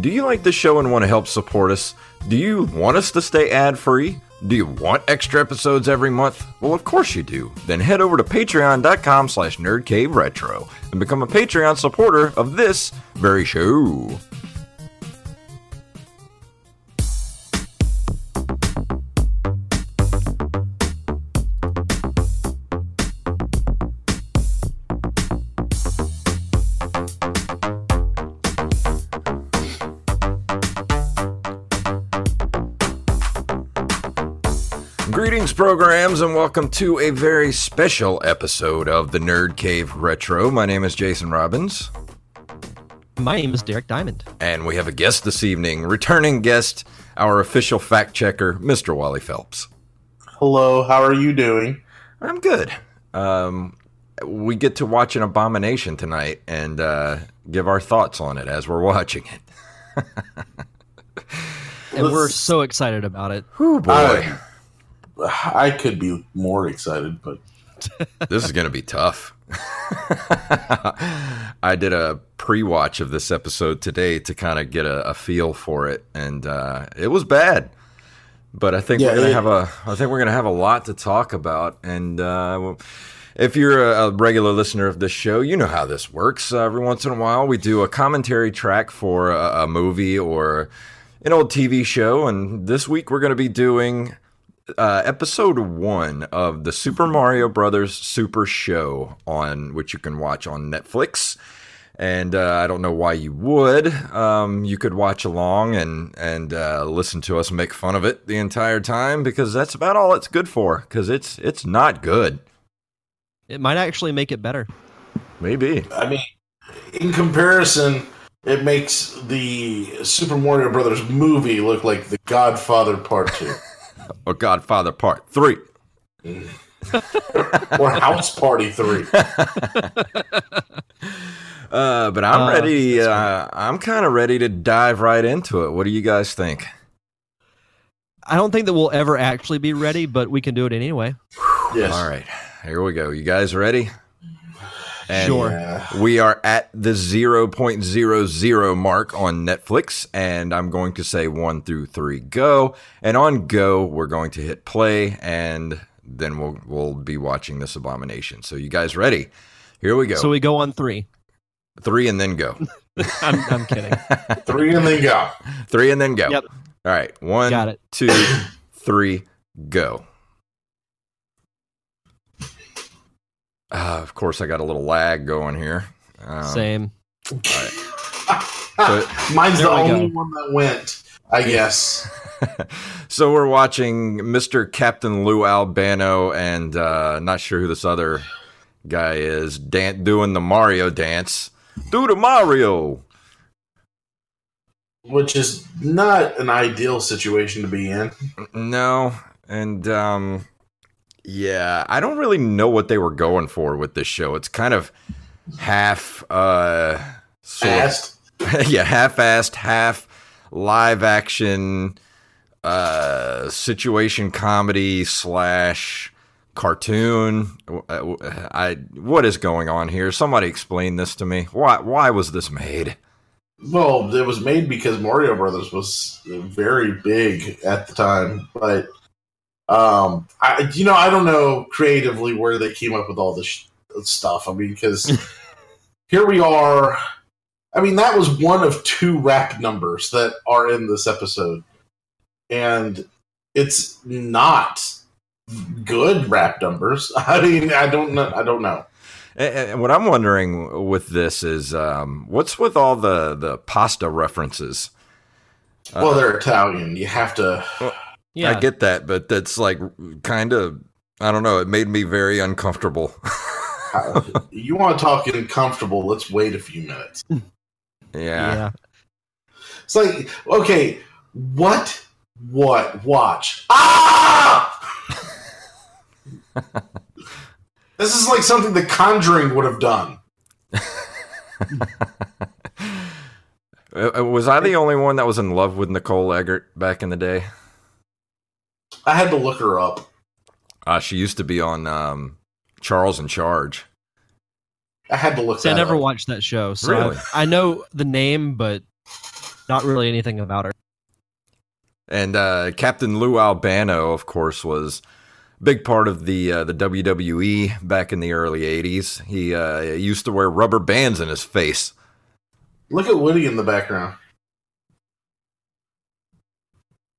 Do you like the show and want to help support us? Do you want us to stay ad free? Do you want extra episodes every month? Well, of course you do. Then head over to patreon.com slash nerdcaveretro and become a Patreon supporter of this very show. Greetings, programs, and welcome to a very special episode of the Nerd Cave Retro. My name is Jason Robbins, My name is Derek Diamond. and we have a guest this evening, returning guest, our official fact checker, Mr. Wally Phelps. Hello, how are you doing? I'm good. Um, we get to watch an abomination tonight and uh, give our thoughts on it as we're watching it. And we're Let's- so excited about it. Whoo boy, I- I could be more excited, but this is gonna be tough. I did a pre-watch of this episode today to kind of get a, a feel for it, and uh, it was bad. But I think Yeah, we're gonna it- have a I think we're gonna have a lot to talk about, and uh, well, If you're a, a regular listener of this show, you know how this works. Uh, every once in a while, we do a commentary track for a, a movie or an old TV show, and this week we're going to be doing uh, episode one of the Super Mario Brothers Super Show, on which you can watch on Netflix. And uh, I don't know why you would. Um, you could watch along and and uh, listen to us make fun of it the entire time because that's about all it's good for. Because it's it's not good. It might actually make it better. Maybe. I mean, in comparison, it makes the Super Mario Brothers movie look like The Godfather Part 2 or Oh, Godfather Part Three. or House Party 3. Uh, but I'm Uh, ready. Uh, I'm kind of ready to dive right into it. What do you guys think? I don't think that we'll ever actually be ready, but we can do it anyway. Yes. All right, here we go. You guys ready? And Sure. Yeah. We are at the 0.00 mark on Netflix, and I'm going to say one through three go. And on go, we're going to hit play, and then we'll we'll be watching this abomination. So you guys ready? Here we go. So we go on three. three and then go. I'm, I'm kidding. Three and then go. Three and then go. Yep. All right. One, Got it. two, three, go. Uh, of course, I got a little lag going here. Um, Same. Mine's the There we only go. one that went, I guess. so we're watching Mr. Captain Lou Albano and uh, not sure who this other guy is dan- doing the Mario dance. Do the Mario. Which is not an ideal situation to be in. No, and um, yeah, I don't really know what they were going for with this show. It's kind of half, uh, sort of- Fast. yeah, half-assed, half live action, uh, situation comedy slash cartoon. Uh, I what is going on here? Somebody explain this to me. Why why was this made? Well, it was made because Mario Brothers was very big at the time, but um, I you know I don't know creatively where they came up with all this sh- stuff. I mean, because here we are. I mean, that was one of two rap numbers that are in this episode, and it's not good rap numbers. I mean, I don't know. I don't know. And, and what I'm wondering with this is um, what's with all the the pasta references. Uh, Uh-huh. well, they're Italian. You have to. Yeah. I get that, but that's like kind of I don't know. It made me very uncomfortable. you want to talk uncomfortable? Let's wait a few minutes. yeah. yeah. It's like, okay, what? What? Watch. Ah! this is like something The Conjuring would have done. Uh, uh, was I the only one that was in love with Nicole Eggert back in the day? I had to look her up. Uh, she used to be on um, Charles in Charge. I had to look. See, I that never up. watched that show. So Really? I, I know the name, but not really anything about her. And uh, Captain Lou Albano, of course, was a big part of the uh, the WWE back in the early '80s. He uh, used to wear rubber bands in his face. Look at Woody in the background.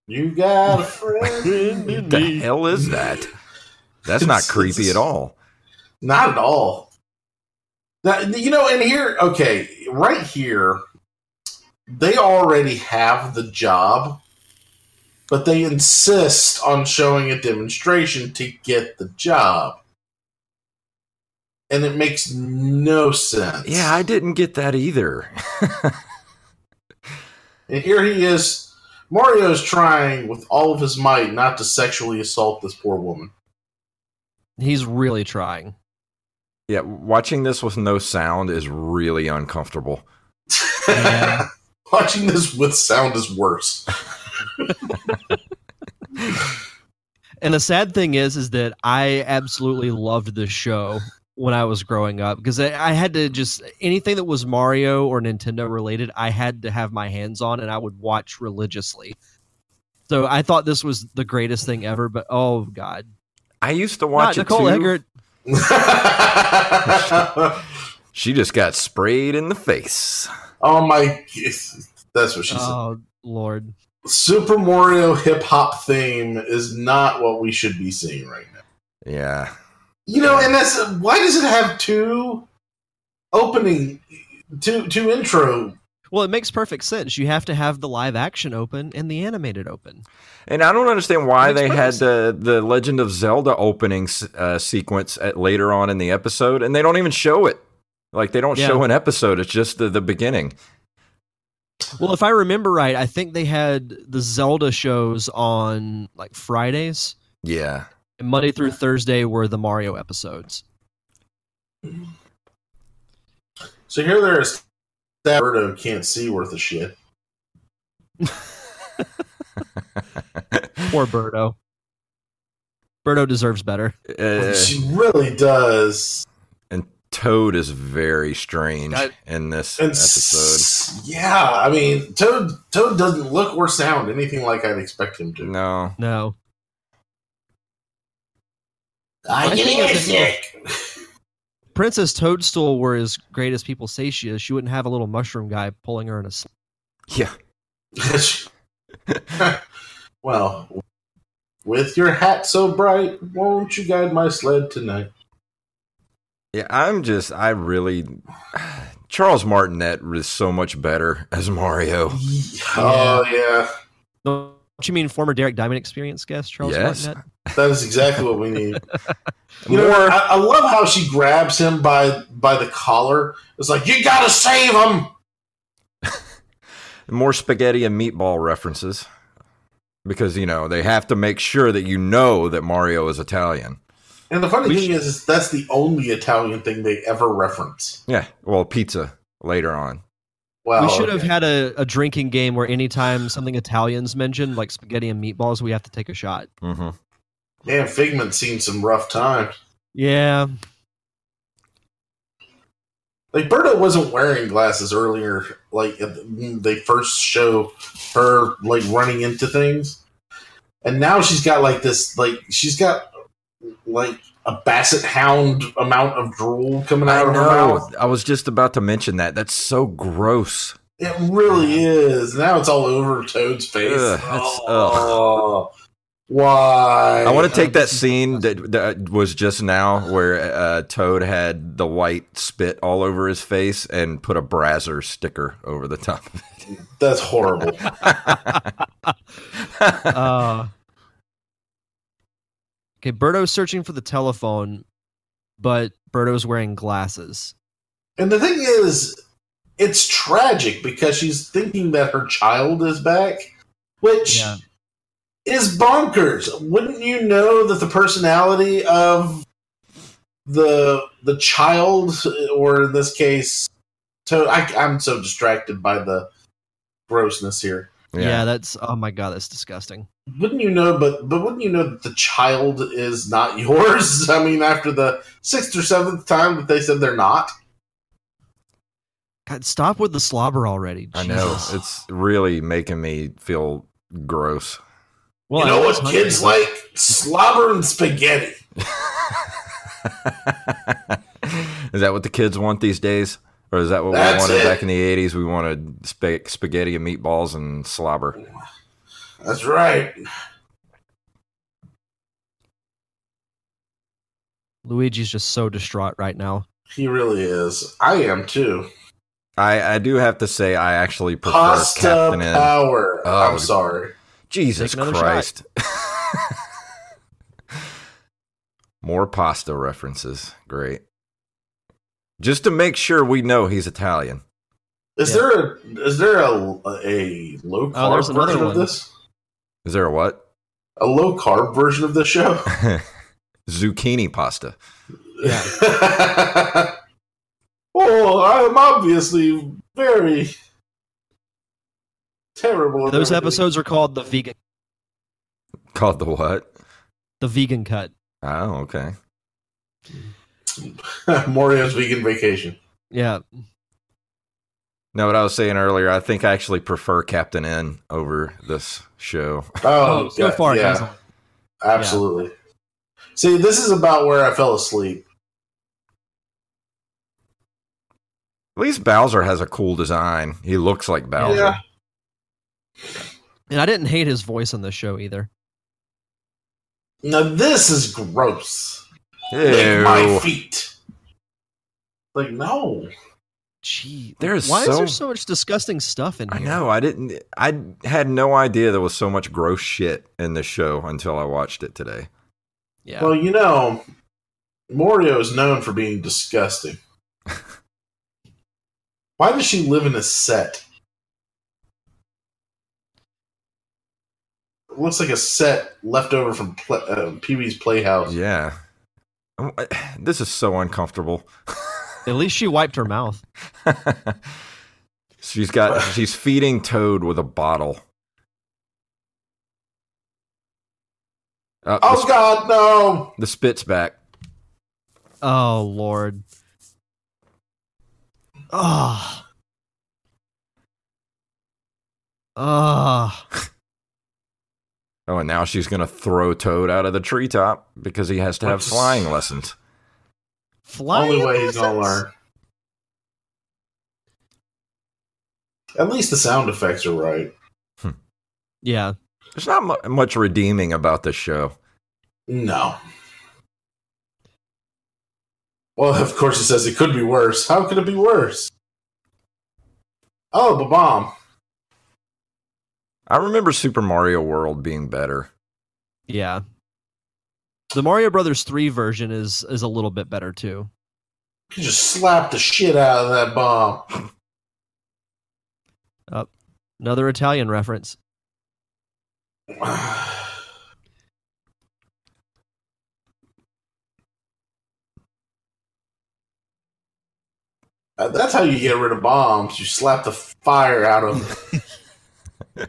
You got a friend in What the me. hell is that? That's not It's- creepy it's- at all. Not at all. That, you know, and here, okay, right here, they already have the job, but they insist on showing a demonstration to get the job. And it makes no sense. Yeah, I didn't get that either. And here he is. Mario's trying with all of his might not to sexually assault this poor woman. He's really trying. Yeah, watching this with no sound is really uncomfortable. Yeah. Watching this with sound is worse. And the sad thing is, is that I absolutely loved this show when I was growing up because I, I had to just anything that was Mario or Nintendo related, I had to have my hands on and I would watch religiously. So I thought this was the greatest thing ever, but oh god, I used to watch Not it Nicole too. Eggert. She just got sprayed in the face. oh my. That's what she said. Oh lord, Super Mario hip hop theme is not what we should be seeing right now. Yeah. You know, and that's why does it have two opening, two two intro? well it makes perfect sense. You have to have the live action open and the animated open. And I don't understand why Makes they had purpose. the, the Legend of Zelda opening s- uh, sequence at, later on in the episode, and they don't even show it. Like, they don't Yeah. show an episode, it's just the, the beginning. Well, if I remember right, I think they had the Zelda shows on like Fridays. Yeah. And Monday through Thursday were the Mario episodes. So here there is. That Birdo can't see worth a shit. Poor Birdo. Birdo deserves better. Uh, She really does. and Toad is very strange I- in this And episode. s- yeah, I mean, Toad Toad doesn't look or sound anything like I'd expect him to. No. No. I'm I think it's- sick. Princess Toadstool were as great as people say she is. She wouldn't have a little mushroom guy pulling her in a. sl- Yeah. well, with your hat so bright, won't you guide my sled tonight? Yeah, I'm just, I really. Charles Martinet is so much better as Mario. Oh yeah, Don't you mean former Derek Diamond experience guest Charles Yes. Martinet? that is exactly what we need. You More, know, I, I love how she grabs him by by the collar. It's like you gotta save him. more spaghetti and meatball references because you know they have to make sure that you know that Mario is Italian. And the funny We thing is, is, that's the only Italian thing they ever reference. Yeah, well, pizza later on. Wow, we should have Oh, okay. had a, a drinking game where anytime something Italian's mentioned, like spaghetti and meatballs, we have to take a shot. hmm Man, Figment's seen some rough times. Yeah. Like Berta wasn't wearing glasses earlier. Like at the- when they first show her like running into things, and now she's got like this. Like she's got like a basset hound amount of drool coming I out of her mouth. know. I was just about to mention that. That's so gross. It really is. Now it's all over Toad's face. Ugh, that's- oh, why? I want to take that this is scene that, that was just now where uh, Toad had the white spit all over his face and put a Brazzer sticker over the top of That's horrible. it. Uh, okay, Birdo's searching for the telephone, but Birdo's wearing glasses. and the thing is, it's tragic because she's thinking that her child is back, which Yeah. is bonkers. Wouldn't you know that the personality of the the child, or in this case, Toad? I, I'm so distracted by the grossness here. Yeah. that's oh my god, that's disgusting. wouldn't you know but but wouldn't you know that the child is not yours i mean after the sixth or seventh time that they said they're not God, stop with the slobber already. I know Jesus. it's really making me feel gross. Well, you I know was what hungry, kids but- like? Slobber and spaghetti. is that what the kids want these days, or is that what That's we wanted it. back in the eighties? We wanted sp- spaghetti and meatballs and slobber. That's right. Luigi's just so distraught right now. He really is. I am too. I, I do have to say, I actually prefer Pasta Captain N. power. Oh. I'm sorry. Jesus Take another Christ. More pasta references. Great. Just to make sure we know he's Italian. Is Yeah. there a is there a a low Oh, carb there's another version of one. this? Is there a what? A low carb version of the show? Zucchini pasta. Yeah. oh, I'm obviously very terrible. at Those everything. episodes are called the vegan, Called the what? the vegan cut. Oh, okay. Mario's vegan vacation. Yeah, No, what I was saying earlier, I think I actually prefer Captain N over this show. Oh, so God, far it yeah, hasn't. absolutely. See, this is about where I fell asleep. At least Bowser has a cool design. He looks like Bowser. Yeah. and I didn't hate his voice on the show either. Now this is gross. Lick my Ew. feet. Like no, Gee, There is why is there so- so much disgusting stuff in I here? know. I didn't. I had no idea there was so much gross shit in this show until I watched it today. Yeah, Well, you know, Mario is known for being disgusting. Why does she live in a set? It looks like a set left over from Pla uh, Pee Wee's Playhouse. Yeah. Um, I- This is so uncomfortable. at least she wiped her mouth. she's got. She's feeding Toad with a bottle. Uh, the, Oh sp- God, no! the spits back. Oh Lord. Oh. Oh. Oh, and now she's gonna throw Toad out of the treetop because he has to have Which- flying lessons. Flying Only way he's gonna lessons? learn. At least the sound effects are right. Yeah. There's not mu- much redeeming about this show. No. Well, of course it says it could be worse. How could it be worse? Oh, the bomb. I remember Super Mario World being better. Yeah. The Mario Brothers 3 version is is a little bit better too. You just slapped the shit out of that bomb. Another Italian reference. Uh, That's how you get rid of bombs. You slap the fire out of them.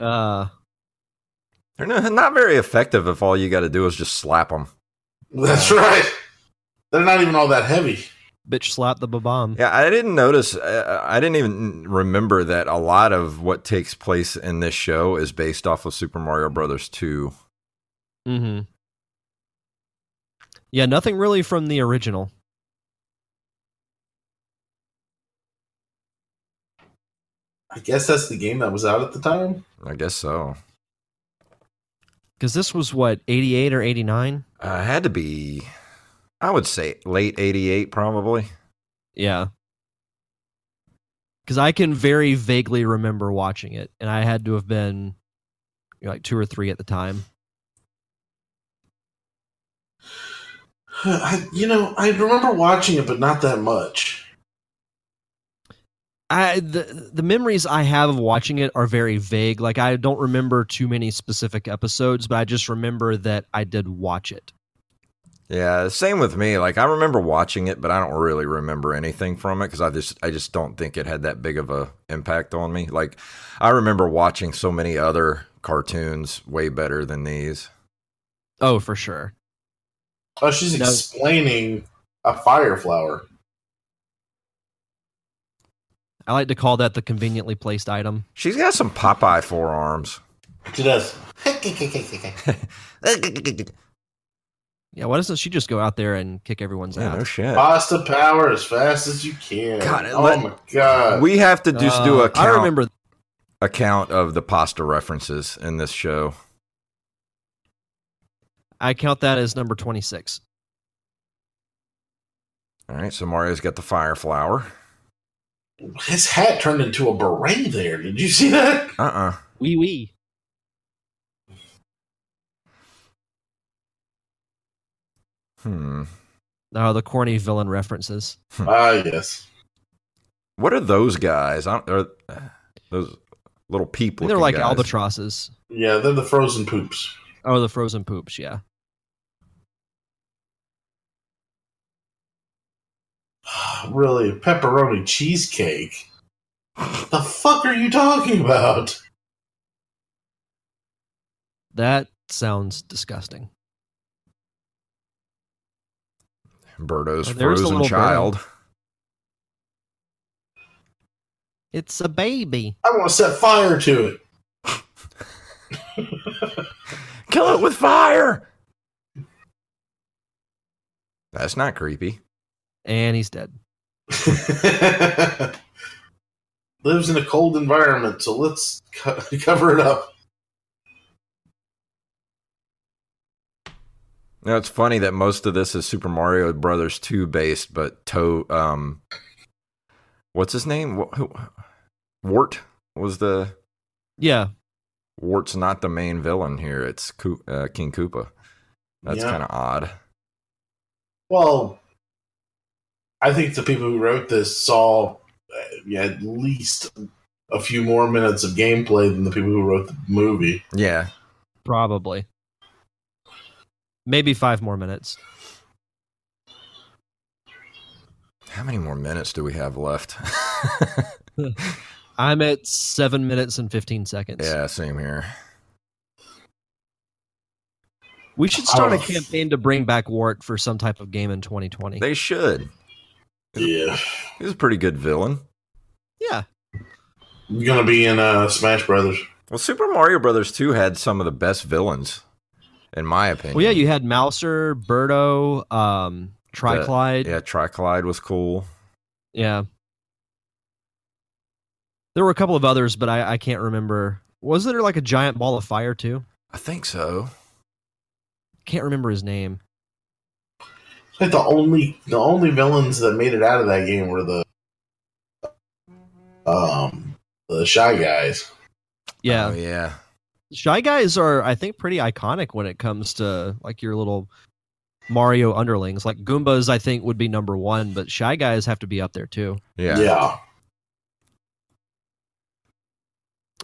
Uh They're no- not very effective if all you got to do is just slap them. That's right. They're not even all that heavy. bitch slap the babam. Yeah, I didn't notice. uh, I, I didn't even remember that a lot of what takes place in this show is based off of Super Mario Brothers 2. Mhm. Yeah, nothing really from the original. I guess that's the game that was out at the time. I guess so. Cuz this was what 88 or 89? Uh, it had to be, I would say, late 88, probably. Yeah. Because I can very vaguely remember watching it, and I had to have been you know, like two or three at the time. I, you know, I remember watching it, but not that much. I the the memories I have of watching it are very vague. Like I don't remember too many specific episodes, but I just remember that I did watch it. Yeah, same with me. Like I remember watching it, but I don't really remember anything from it because I just I just don't think it had that big of a impact on me. Like I remember watching so many other cartoons way better than these. Oh, for sure. Oh, she's No. explaining a fire flower. I like to call that the conveniently placed item. She's got some Popeye forearms. She does. Yeah, why doesn't she just go out there and kick everyone's Yeah, no ass? shit. Pasta power as fast as you can. God, it oh let- my god. We have to just do a Uh, I count, remember a count of the pasta references in this show. I count that as number 26. All right, so Mario's got the fire flower. His hat turned into a beret there. Did you see that? Uh uh Wee wee. Hmm. Oh, the corny villain references. Ah, yes. What are those guys? I don't, are those little I people. think They're like albatrosses. Yeah, they're the frozen poops. Oh, the frozen poops, yeah. really, pepperoni cheesecake? The fuck are you talking about? That sounds disgusting. Birdo's Oh, there's frozen the little child. It's a baby. I want to set fire to it. Kill it with fire. That's not creepy. And he's dead. Lives in a cold environment, so let's co- cover it up. Now it's funny that most of this is Super Mario Brothers 2 based, but to um, what's his name? Wh- who- Wart was the Yeah. Wart's not the main villain here. It's Koo- uh, King Koopa. That's Yeah. kind of odd. Well, I think the people who wrote this saw uh, yeah, at least a few more minutes of gameplay than the people who wrote the movie. Yeah, Probably. Maybe five more minutes. How many more minutes do we have left? I'm at seven minutes and 15 seconds. yeah, same here. We should start a Oh. campaign to bring back Wart for some type of game in 2020. They should. Yeah, He's a pretty good villain. yeah. You're gonna be in uh, Smash Brothers. Well, Super Mario Brothers 2 had some of the best villains, in my opinion. Well, yeah, you had Mouser, Birdo, um, Triclide. Yeah, Triclide was cool. Yeah. There were a couple of others, but I, I can't remember. Wasn't there like a giant ball of fire too? I think so. Can't remember his name. Like the only the only villains that made it out of that game were the um the shy guys. Yeah. Oh, yeah. Shy guys are, I think, pretty iconic when it comes to like your little Mario underlings. Like Goombas, I think, would be number one, but Shy Guys have to be up there too. Yeah.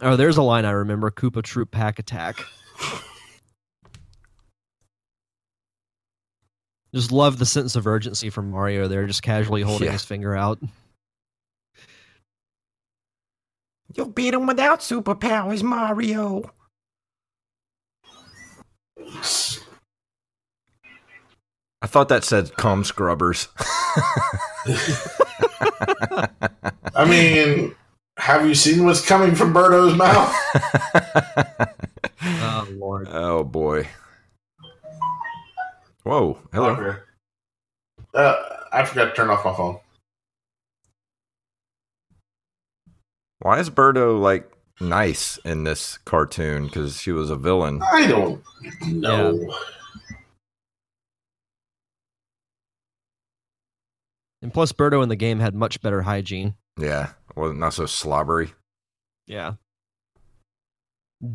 Oh, there's a line I remember Koopa Troop Pack Attack. Just love the sense of urgency from Mario there, just casually holding Yeah. his finger out. You'll beat him without superpowers, Mario. I thought that said cum scrubbers. I mean, have you seen what's coming from Birdo's mouth? Oh, Lord. Oh boy. Whoa. Hello. Okay. Uh, I forgot to turn off my phone. Why is Birdo like nice in this cartoon? Because she was a villain. I don't know. And plus, Birdo in the game had much better hygiene. Yeah. Wasn't not so slobbery. Yeah.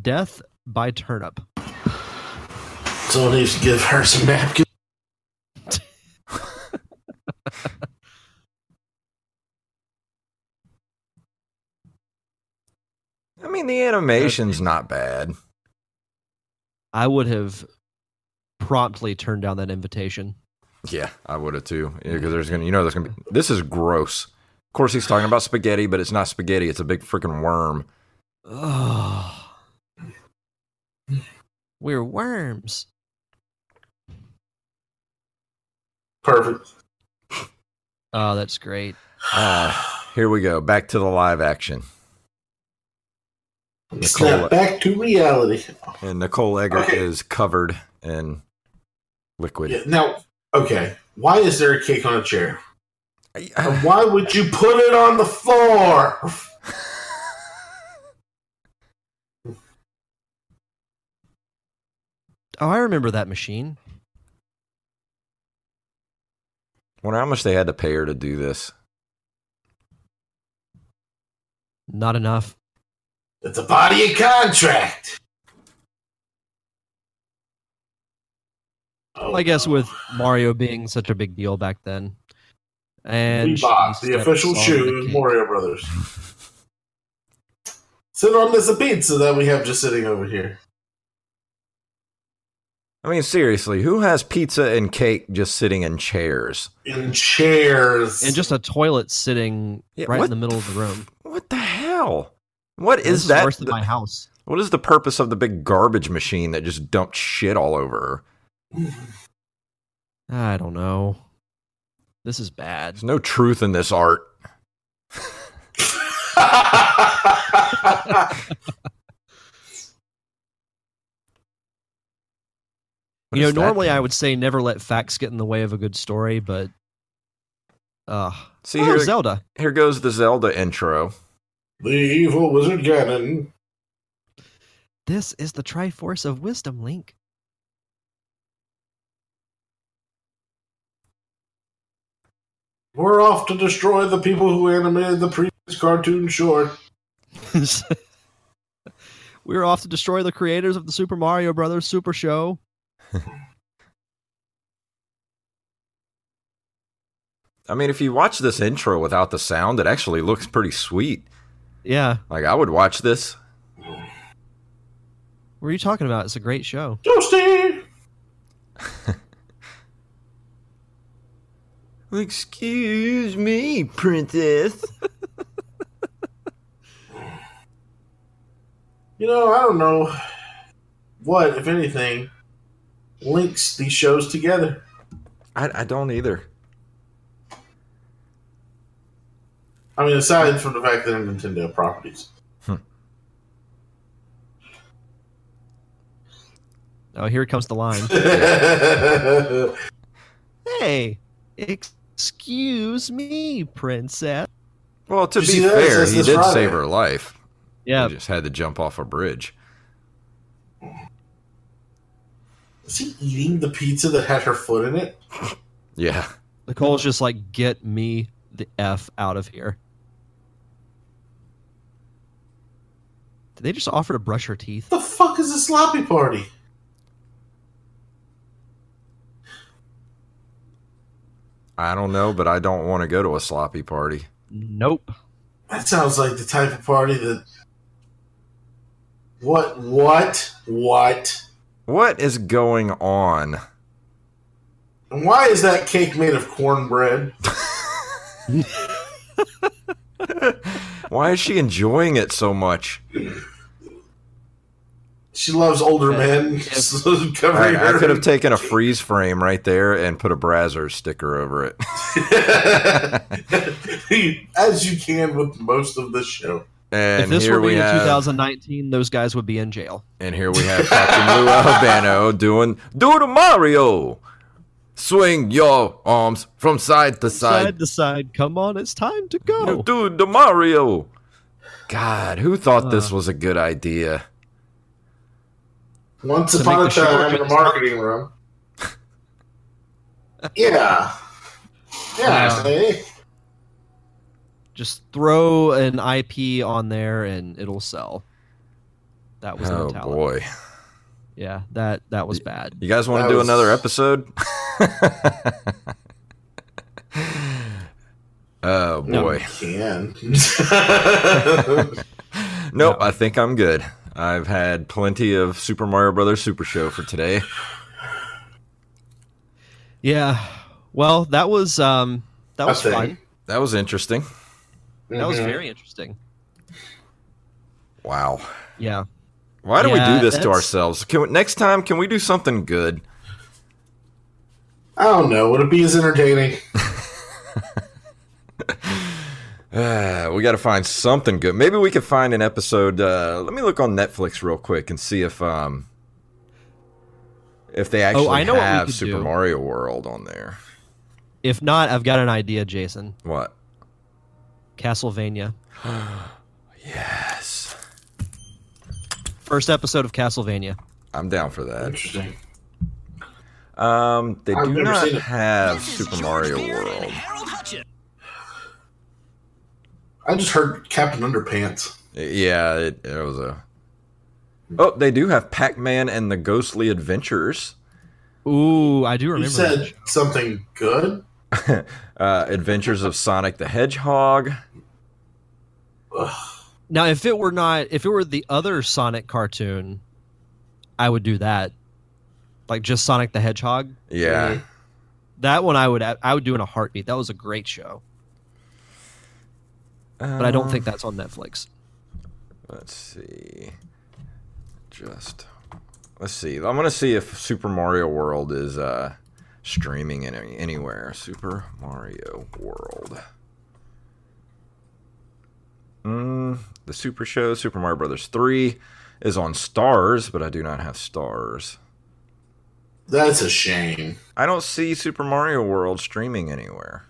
Death by turnip. Someone needs to give her some napkins. I mean, the animation's not bad. I would have promptly turned down that invitation. Yeah, I would have too. Because Mm-hmm. there's gonna, you know, there's gonna be. This is gross. Of course, he's talking about spaghetti, but it's not spaghetti. It's a big freaking worm. Ugh. We're worms. Perfect. Oh, that's great. Uh, Here we go. Back to the live action. Nicole, Snap back to reality. and Nicole Eggert Okay. is covered in liquid. Yeah, now, okay. Why is there a cake on a chair? I- And why would you put it on the floor? Oh, I remember that machine. Wonder how much they had to pay her to do this. Not enough. It's a body of contract. Oh, I guess no. with Mario being such a big deal back then. And Reebok, she the stepped official on shoe the of cake. Mario Brothers. Sit on this pizza that we have just sitting over here. I mean, seriously, who has pizza and cake just sitting in chairs? In chairs. and just a toilet sitting Yeah, right what in the middle of f- the room. What the hell? What This is that? worse than the- my house? what is the purpose of the big garbage machine that just dumped shit all over her? I don't know. This is bad. There's no truth in this art. What you know, is that normally thing? I would say never let facts get in the way of a good story, but uh see oh, here. Zelda. Here goes the Zelda intro. the evil wizard Ganon. This is the Triforce of Wisdom, Link. We're off to destroy the people who animated the previous cartoon short. We're off to destroy the creators of the Super Mario Brothers Super Show. I mean, if you watch this intro without the sound, it actually looks pretty sweet. Yeah. Like I would watch this. What are you talking about? It's a great show. Toasty! Excuse me, princess. You know, I don't know what, if anything, links these shows together. I, I don't either. I mean, aside from the fact that they're Nintendo properties. Oh, here comes the line. That's hey, excuse me, princess. Well, to You see, be that fair, exists he this did Friday. save her life. Yeah, He just had to jump off a bridge. Is he eating the pizza that had her foot in it? Yeah. Nicole's just like, get me the F out of here. Did they just offer to brush her teeth? What the fuck is a sloppy party? I don't know, but I don't want to go to a sloppy party. Nope. That sounds like the type of party that. What? What? What? What is going on? And why is that cake made of cornbread? Why is she enjoying it so much? She loves older Yeah. men. Yeah. so covering I, I her. could have taken a freeze frame right there and put a Brazzers sticker over it. As you can with most of this show. And if this here were we made in have 2019, those guys would be in jail. And here we have Captain Lou Albano doing Do the Mario. Swing your arms from side to Side side. to side, come on, it's time to You go. Do the Mario. God, who thought this Uh. was a good idea? Once To upon a make the show time in a just- marketing room. yeah. Yeah, I Yeah. say. Just throw an IP on there and it'll sell. That was Oh no talent. boy. Yeah, that that was bad. You guys want to That do was- another episode? oh No. boy. Can. Nope, I think I'm good. I've had plenty of Super Mario Brothers Super Show for today. Yeah. Well, that was um that was Okay. fun. That was interesting. That was Mhm. very interesting. Wow. Yeah. Why do we Yeah, do this to that's- ourselves? Can we, next time, can we do something good? I don't know. Would it be as entertaining? Uh, we got to find something good. Maybe we could find an episode. Uh, let me look on Netflix real quick and see if um if they actually Oh, I know what we have could Super do. Mario World on there. If not, I've got an idea, Jason. What? Castlevania. Yes, First episode of Castlevania. I'm down for that. Interesting. Um, they I've do never not seen it. have This is Super George Mario Beard and World. Harold Hutchins. I just heard Captain Underpants. Yeah, it, it was a. Oh, they do have Pac-Man and the Ghostly Adventures. Ooh, I do remember. You said that. something good. Uh, Adventures of Sonic the Hedgehog. Ugh. Now, if it were not, if it were the other Sonic cartoon, I would do that. Like just Sonic the Hedgehog. Yeah, That one I would I would do in a heartbeat. That was a great show, but I don't think that's on Netflix. Uh, Let's see. Just let's see. I'm gonna see if Super Mario World is uh, streaming any, anywhere. Super Mario World. Mm, the Super Show, Super Mario Brothers Three, is on Stars, but I do not have Stars. That's a shame. I don't see Super Mario World streaming anywhere.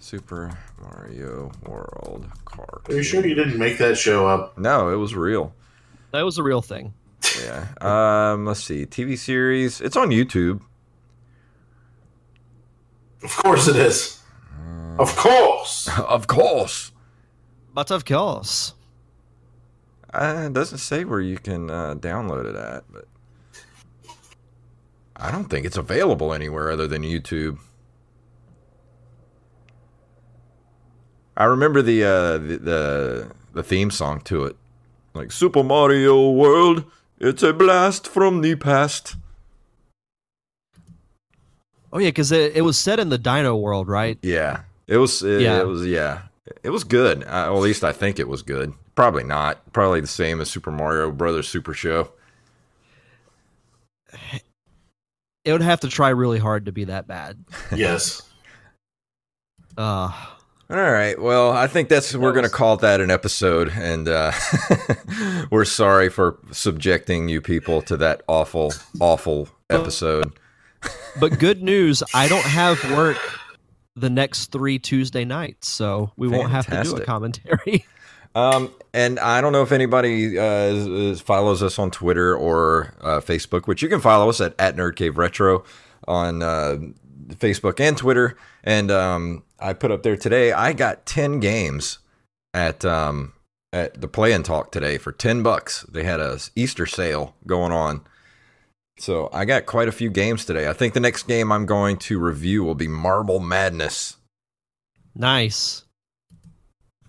Super Mario World card. Are you sure you didn't make that show up? No, it was real. That was a real thing. Yeah. Um, let's see. TV series. It's on YouTube. Of course it is. Of course. of course. But of course, Uh, it doesn't say where you can uh, download it at, but I don't think it's available anywhere other than YouTube. I remember the uh, the, the the theme song to it, like Super Mario World. It's a blast from the past. oh yeah, because it, it was set in the Dino world, right? Yeah, it was. It, Yeah. it was. Yeah, it was good. Uh, well, at least I think it was good. Probably not. Probably the same as Super Mario Brothers Super Show. It would have to try really hard to be that bad. yes. Uh, All right. Well, I think that's we're That going to was- call that an episode, and uh, we're sorry for subjecting you people to that awful, awful episode. but good news, I don't have work the next three Tuesday nights, so we won't have to do Fantastic. a commentary. Um, and I don't know if anybody uh, is, is- follows us on Twitter or uh, Facebook, which you can follow us at, at Nerd Cave Retro on uh, Facebook and Twitter. And um, I put up there today, I got 10 games at um, at the Play and Talk today for 10 bucks. They had a s- Easter sale going on. So I got quite a few games today. I think the next game I'm going to review will be Marble Madness. nice.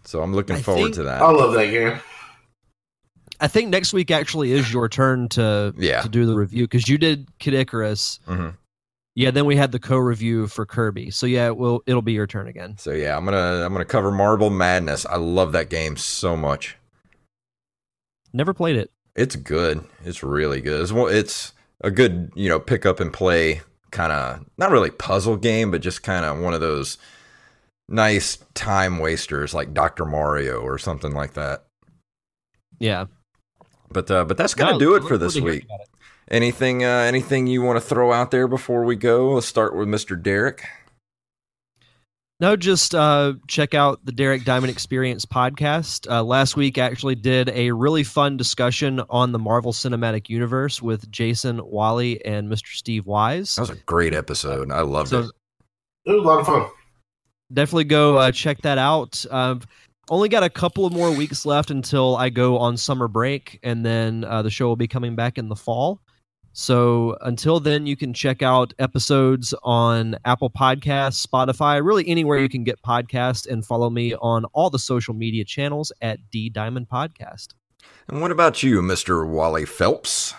So I'm looking I forward think- to that. I love that game. I think next week actually is your turn to Yeah. to do the review because you did Kid Icarus. hmm Yeah, then we had the co-review for Kirby. So yeah, it will it'll be your turn again. So yeah, I'm gonna I'm gonna cover Marble Madness. I love that game so much. Never played it. It's good. It's really good. It's, one- it's a good you know pick up and play kind of not really puzzle game, but just kind of one of those nice time wasters like Doctor Mario or something like that. Yeah, But uh, but that's gonna No, do it look for forward this to hearing week. about it. Anything uh, anything you want to throw out there before we go? Let's start with Mr. Derek. No, just uh, check out the Derek Diamond Experience podcast. Uh, last week actually did a really fun discussion on the Marvel Cinematic Universe with Jason Wally and Mr. Steve Wise. That was a great episode. I loved So- it. It was a lot of fun. definitely go uh, check that out. I've only got a couple of more weeks left until I go on summer break, and then uh, the show will be coming back in the fall. So until then, you can check out episodes on Apple Podcasts, Spotify, really anywhere you can get podcasts, and follow me on all the social media channels at D Diamond Podcast. And what about you, Mr. Wally Phelps?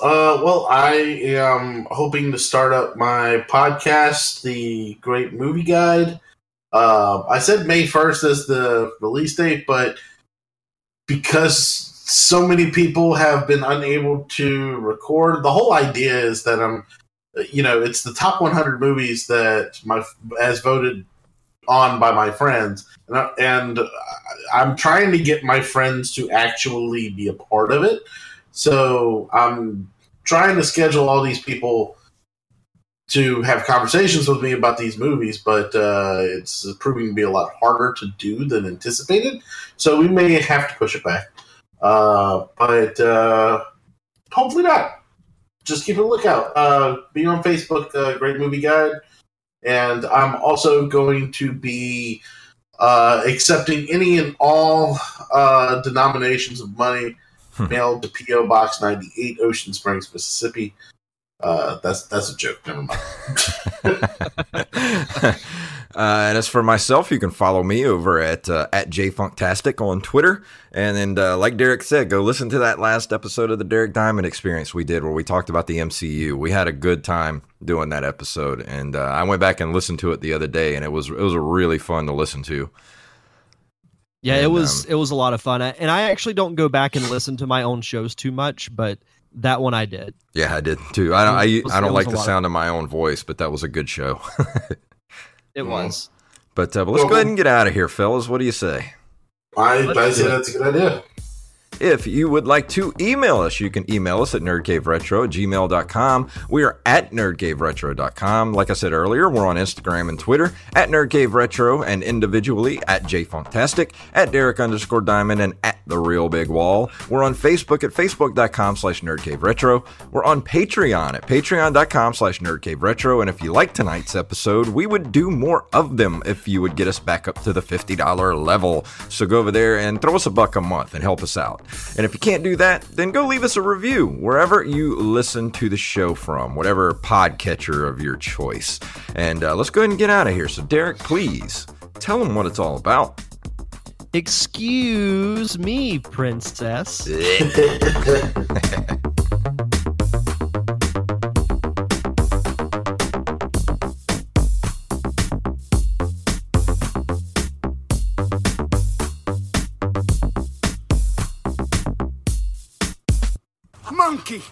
Uh, well, I am hoping to start up my podcast, The Great Movie Guide. Uh, I said May 1st is the release date, but because so many people have been unable to record, the whole idea is that I'm, you know, it's the top 100 movies that my, as voted on by my friends, and, I, and I'm trying to get my friends to actually be a part of it. So um, I'm trying to schedule all these people to have conversations with me about these movies, but uh, it's proving to be a lot harder to do than anticipated. So we may have to push it back, uh, but uh, hopefully not. Just keep a lookout. Uh, be on Facebook, uh, Great Movie Guide, and I'm also going to be uh, accepting any and all uh, denominations of money Mm-hmm. Hmm. mailed to PO Box 98, Ocean Springs, Mississippi. Uh, that's that's a joke. Never mind. uh, and as for myself, you can follow me over at uh, at jfunktastic on Twitter. And then, uh, like Derek said, go listen to that last episode of the Derek Diamond Experience we did, where we talked about the MCU. We had a good time doing that episode, and uh, I went back and listened to it the other day, and it was it was really fun to listen to. Yeah, it And, was it was a lot of fun, I, and I actually don't go back and listen to my own shows too much, but that one I did. Yeah, I did too. I don't, It was- I, I it don't was like a the lot of- sound of my own voice, but that was a good show. It Mhm. was. but, uh, but let's go ahead and get out of here, fellas. What do you say? I, I Let's say do it. that's a good idea. If you would like to email us, you can email us at nerdcaveretro at gmail.com. We are at nerdcaveretro.com. Like I said earlier, we're on Instagram and Twitter at nerdcaveretro and individually at jfunktastic, at Derek underscore diamond, and at the real big wall. We're on Facebook at facebook.com slash nerdcaveretro. We're on Patreon at patreon.com slash nerdcaveretro. And if you like tonight's episode, we would do more of them if you would get us back up to the $50 level. So go over there and throw us a buck a month and help us out. And if you can't do that, then go leave us a review wherever you listen to the show from, whatever podcatcher of your choice. And uh, let's go ahead and get out of here. So, Derek, please tell them what it's all about. Excuse me, princess. Monkey!